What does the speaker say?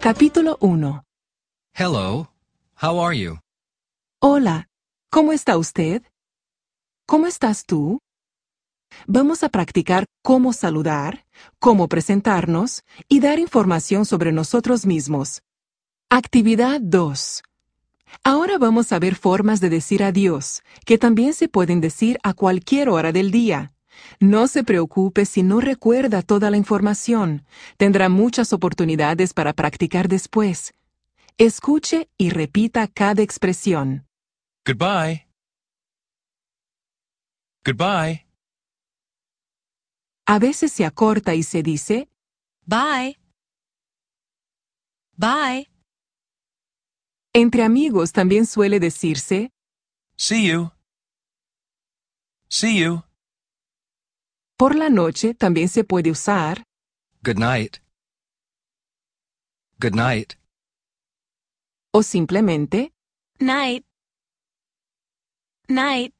Capítulo 1. Hello. How are you? Hola, ¿cómo está usted? ¿Cómo estás tú? Vamos a practicar cómo saludar, cómo presentarnos y dar información sobre nosotros mismos. Actividad 2. Ahora vamos a ver formas de decir adiós, que también se pueden decir a cualquier hora del día. No se preocupe si no recuerda toda la información. Tendrá muchas oportunidades para practicar después. Escuche y repita cada expresión. Goodbye. Goodbye. A veces se acorta y se dice, Bye. Bye. entre amigos también suele decirse, See you. See you. por la noche también se puede usar, Good night. Good night. o simplemente, Night. Night.